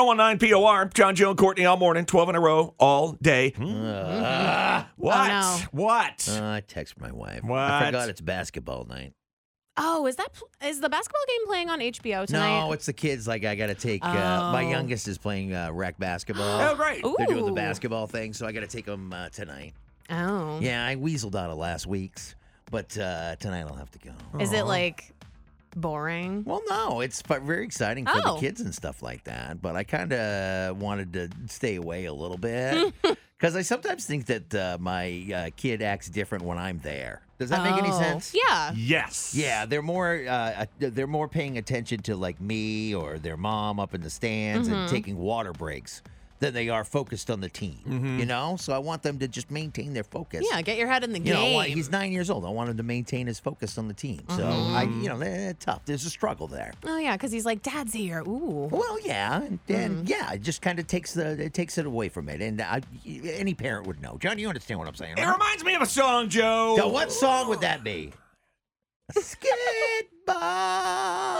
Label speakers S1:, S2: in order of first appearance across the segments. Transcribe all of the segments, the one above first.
S1: 1019 POR, John, Joe, and Courtney all morning, 12 in a row, all day. what?
S2: Oh,
S1: What?
S3: Hmm. Uh, I text my wife.
S1: What?
S3: I forgot it's basketball night.
S2: Oh, is that pl- is the basketball game playing on HBO tonight?
S3: No, it's the kids. Like I got to take. Uh, my
S2: Oh.
S3: youngest is playing uh, rec basketball.
S1: Oh, great.
S2: Ooh.
S3: They're doing the basketball thing, so I got to take them uh, tonight.
S2: Oh,
S1: Mm-hmm.
S3: Yeah, I weaseled out of last week's, but uh, tonight I'll have to go.
S2: Is
S1: Oh.
S2: it like boring?
S3: Well, no, it's fu- very exciting for
S2: Oh.
S3: the kids and stuff like that. But I kind of wanted to stay away a little bit because I sometimes think that uh, my uh, kid acts different when I'm there. Does that make any
S2: Oh.
S3: sense?
S2: Yeah.
S1: Yes.
S3: uh, Yeah, they're more uh, they're more paying attention to like me or their mom up in the stands and
S2: Mm-hmm.
S3: taking water breaks than they are focused on the team. You know, so I want them to just maintain their focus.
S2: Mm-hmm. Yeah. Get your head in the
S3: You know,
S2: game.
S3: why- he's nine years old. I want him to maintain his focus on the team. So I,
S2: Mm-hmm.
S3: you know, eh, tough. There's a struggle there.
S2: oh yeah, because he's like, Dad's here. Ooh.
S3: Well, yeah, and,
S2: Mm-hmm.
S3: and yeah, it just kind of takes the it takes it away from it, and I, any parent would know. John, you understand what I'm saying?
S1: It
S3: right?
S1: reminds me of a song, Joe.
S3: So what song would that be? Skidball.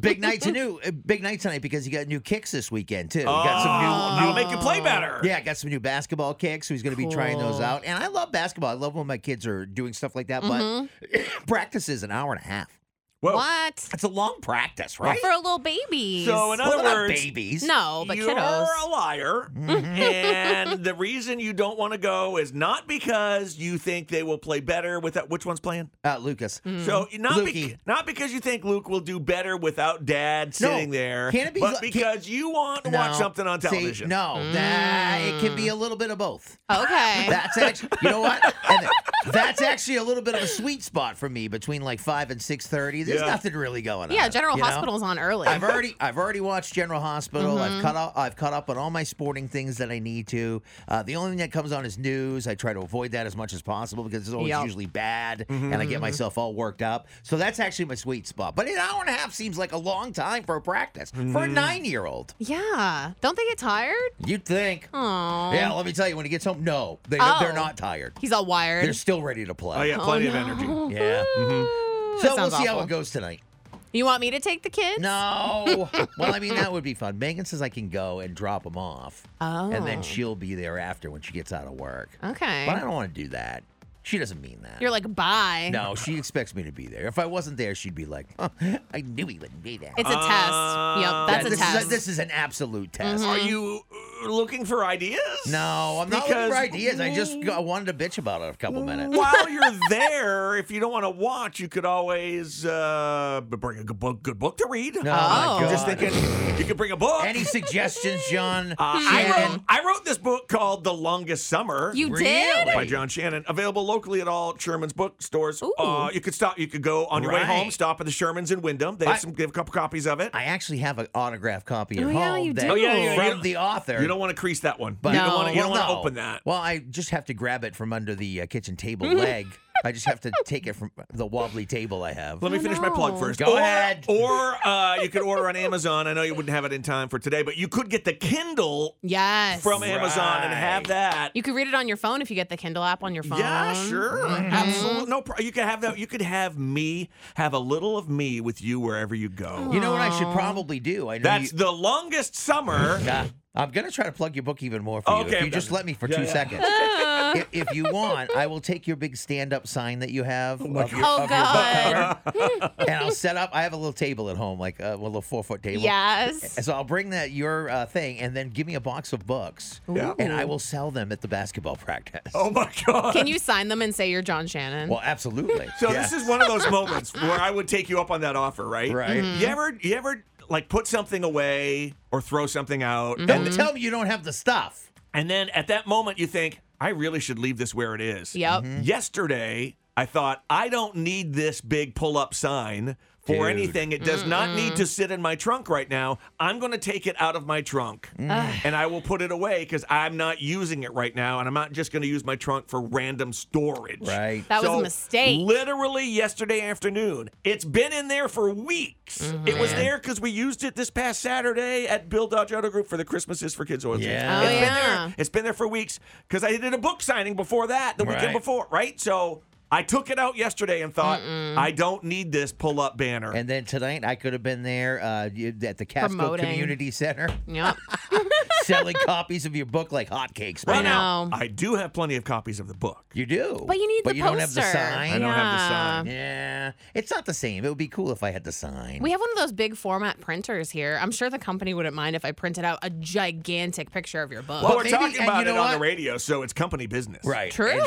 S3: Big night to new, uh, big night tonight because you got new kicks this weekend too. We got some new,
S1: I'll
S3: new
S1: Oh. make you play better.
S3: yeah, I got some new basketball kicks. So he's going to be trying those
S2: Cool.
S3: out. And I love basketball. I love when my kids are doing stuff like that.
S1: Mm-hmm.
S3: But practice is an hour and a half.
S1: Whoa.
S2: What?
S3: It's a long practice, right?
S2: For a little baby.
S1: So in
S3: Well,
S1: other
S3: they're not
S1: words,
S3: babies.
S2: no, but
S1: you're
S2: kiddos.
S1: a liar,
S3: Mm-hmm.
S1: and the reason you don't want to go is not because you think they will play better without. Which one's playing?
S3: uh, Lucas.
S1: So not bec
S3: Lukey.
S1: not because you think Luke will do better without Dad sitting there,
S3: can it be
S1: but
S3: li-
S1: because you want to watch
S3: No.
S1: something on
S3: See,
S1: television.
S3: no, that it can
S1: Mm.
S3: be a little bit of both.
S2: okay.
S3: That's actually, you know what? And that's actually a little bit of a sweet spot for me between like five and six thirty. There's
S1: Yeah.
S3: nothing really going on.
S2: yeah. General
S3: you know?
S2: Hospital's on early.
S3: I've already I've already watched General Hospital.
S2: Mm-hmm.
S3: I've cut up I've caught up on all my sporting things that I need to. Uh, the only thing that comes on is news. I try to avoid that as much as possible because it's always
S2: Yep.
S3: usually bad, and
S2: Mm-hmm.
S3: I get myself all worked up. So that's actually my sweet spot. But an hour and a half seems like a long time for a practice for
S2: Mm-hmm.
S3: a nine year old.
S2: yeah. Don't they get tired?
S3: You'd think.
S2: Oh.
S3: Yeah, let me tell you, when he gets home, no, they,
S2: Oh.
S3: they're not tired.
S2: He's all wired.
S3: They're still ready to play.
S1: oh yeah, plenty of
S2: no.
S1: energy.
S3: Yeah. mm-hmm.
S2: Ooh, that
S3: So we'll
S2: sounds
S3: see how
S2: awful.
S3: it goes tonight.
S2: You want me to take the kids?
S3: No. well, I mean, that would be fun. Megan says I can go and drop him off.
S2: Oh.
S3: And then she'll be there after when she gets out of work.
S2: Okay.
S3: But I don't want to do that. She doesn't mean that.
S2: You're like, bye.
S3: no, she expects me to be there. If I wasn't there, she'd be like, "Huh, I knew he wouldn't be there.
S2: It's a
S1: Uh,
S2: test. Yep. That's
S3: Yeah,
S2: a
S3: this
S2: test. Mm-hmm.
S3: Is this is an absolute test.
S1: Are you uh, looking for ideas?
S3: Mm-hmm. No, I'm not looking
S1: Because-
S3: for ideas. I just I wanted to bitch about it a couple minutes.
S1: While you're there, if you don't want to watch, you could always uh, b- bring a good book, good book to read.
S3: No,
S2: Oh.
S3: my
S1: I'm just
S3: God.
S1: thinking you could bring a book.
S3: Any suggestions, John?
S1: Uh, I, wrote,
S3: Shannon?
S1: I wrote this book called The Longest Summer.
S2: you did?
S1: by John Shannon, available locally at all Sherman's bookstores.
S2: Ooh.
S1: Uh, you could stop. You could go on your way
S3: Right.
S1: home, stop at the Shermans in Wyndham. They have
S3: I-
S1: some. They have a couple copies of it.
S3: I actually have an autographed copy at
S2: Oh,
S3: home
S2: yeah, you
S3: that
S2: do. Oh,
S1: yeah, yeah,
S3: from
S1: you-
S3: the author.
S1: you don't want to crease that one.
S3: But-
S1: you don't want to. You
S3: Well,
S1: don't want to
S3: no.
S1: open that. Mm-hmm.
S3: Well, I just have to grab it from under the uh, kitchen table leg. I just have to take it from the wobbly table I have.
S1: Let me
S2: Oh,
S1: finish my plug
S2: no.
S1: first.
S3: Go
S1: or,
S3: ahead.
S1: Or uh, you could order on Amazon. I know you wouldn't have it in time for today, but you could get the Kindle
S2: Yes.
S1: from Amazon and have
S3: Right.
S1: that.
S2: you could read it on your phone if you get the Kindle app on your phone.
S1: Yeah, sure,
S3: Mm-hmm.
S1: absolutely. No, pro- you could have that. You could have me have a little of me with you wherever you go.
S3: You know what I should probably do? I know
S1: That's
S3: you,
S1: the longest summer.
S3: Uh, I'm gonna try to plug your book even more for you.
S1: Okay,
S3: If
S1: I'm
S3: you just
S1: done.
S3: let me for
S1: Yeah,
S3: two
S1: yeah.
S3: seconds. if, if you want, I will take your big stand-up sign that you have of, your,
S2: Oh,
S3: of your book
S2: God.
S3: cover, and I'll set up. I have a little table at home, like uh, a little four-foot table.
S2: Yes.
S3: eh, So I'll bring that your uh, thing, and then give me a box of books,
S1: Yeah.
S3: and I will sell them at the basketball practice.
S1: Oh my god!
S2: Can you sign them and say you're John Shannon?
S3: well, absolutely.
S1: So
S3: Yeah.
S1: this is one of those moments where I would take you up on that offer, right?
S3: Right. Mhm.
S1: You ever you ever like put something away or throw something out
S3: Don't tell me you don't have the stuff.
S1: and then at that moment you think, I really should leave this where it is.
S2: Yep.
S3: Mm-hmm.
S1: Yesterday I thought I don't need this big pull up sign for
S3: Dude.
S1: anything. It does not need to sit in my trunk right now. I'm gonna take it out of my trunk
S3: Mm.
S1: and I will put it away because I'm not using it right now and I'm not just gonna use my trunk for random storage.
S3: Right.
S2: That was a
S1: So,
S2: mistake.
S1: Literally yesterday afternoon. It's been in there for weeks.
S2: Mm-hmm.
S1: It was there because we used it this past Saturday at Bill Dodge Auto Group for the Christmas is for Kids Oil Change.
S3: Yeah.
S2: Oh,
S1: It's been
S2: yeah.
S1: there. It's been there for weeks because I did a book signing before that, the weekend
S3: Right.
S1: before, right? So I took it out yesterday and thought, I don't need this pull up banner.
S3: And then tonight, I could have been there uh, you- at the Casco
S2: Promoting.
S3: Community Center
S2: Yep.
S3: selling copies of your book like hotcakes.
S1: right
S2: I
S3: Man.
S1: now,
S2: know.
S1: I do have plenty of copies of the book.
S3: You do.
S2: But you need the
S3: you
S2: poster.
S3: don't have the sign.
S1: I don't have the
S2: Yeah.
S1: sign.
S3: Yeah, it's not the same. It would be cool if I had the sign.
S2: We have one of those big format printers here. I'm sure the company wouldn't mind if I printed out a gigantic picture of your book.
S1: Well,
S3: But
S1: we're
S3: maybe-
S1: talking
S3: and
S1: about
S3: you know
S1: it on the
S3: what?
S1: radio, so it's company business.
S3: right.
S2: True.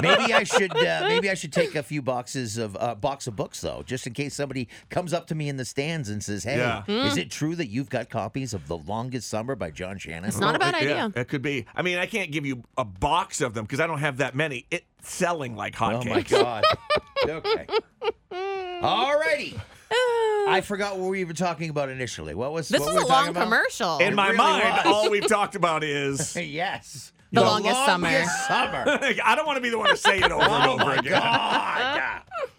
S3: Maybe I should. Uh, maybe I should take a few boxes of uh, box of books though, just in case somebody comes up to me in the stands and says, "Hey,
S1: Yeah.
S3: is
S2: Hmm.
S3: it true that you've got copies of The Longest Summer by John Shannon?"
S2: It's not a bad
S1: It- yeah,
S2: idea.
S1: it could be. I mean, I can't give you a box of them because I don't have that many. It's selling like
S3: Oh my
S1: hotcakes.
S3: god. okay. Alrighty. I forgot what we were talking about initially. What was
S2: This
S3: what
S2: was
S3: were
S2: a
S3: we
S2: long
S3: talking about?
S2: commercial.
S1: In my
S3: really
S1: mind,
S3: was.
S1: all we've talked about is
S3: Yes.
S2: The longest summer.
S3: summer.
S1: I don't want to be the one to say it over and over again.
S3: Oh God.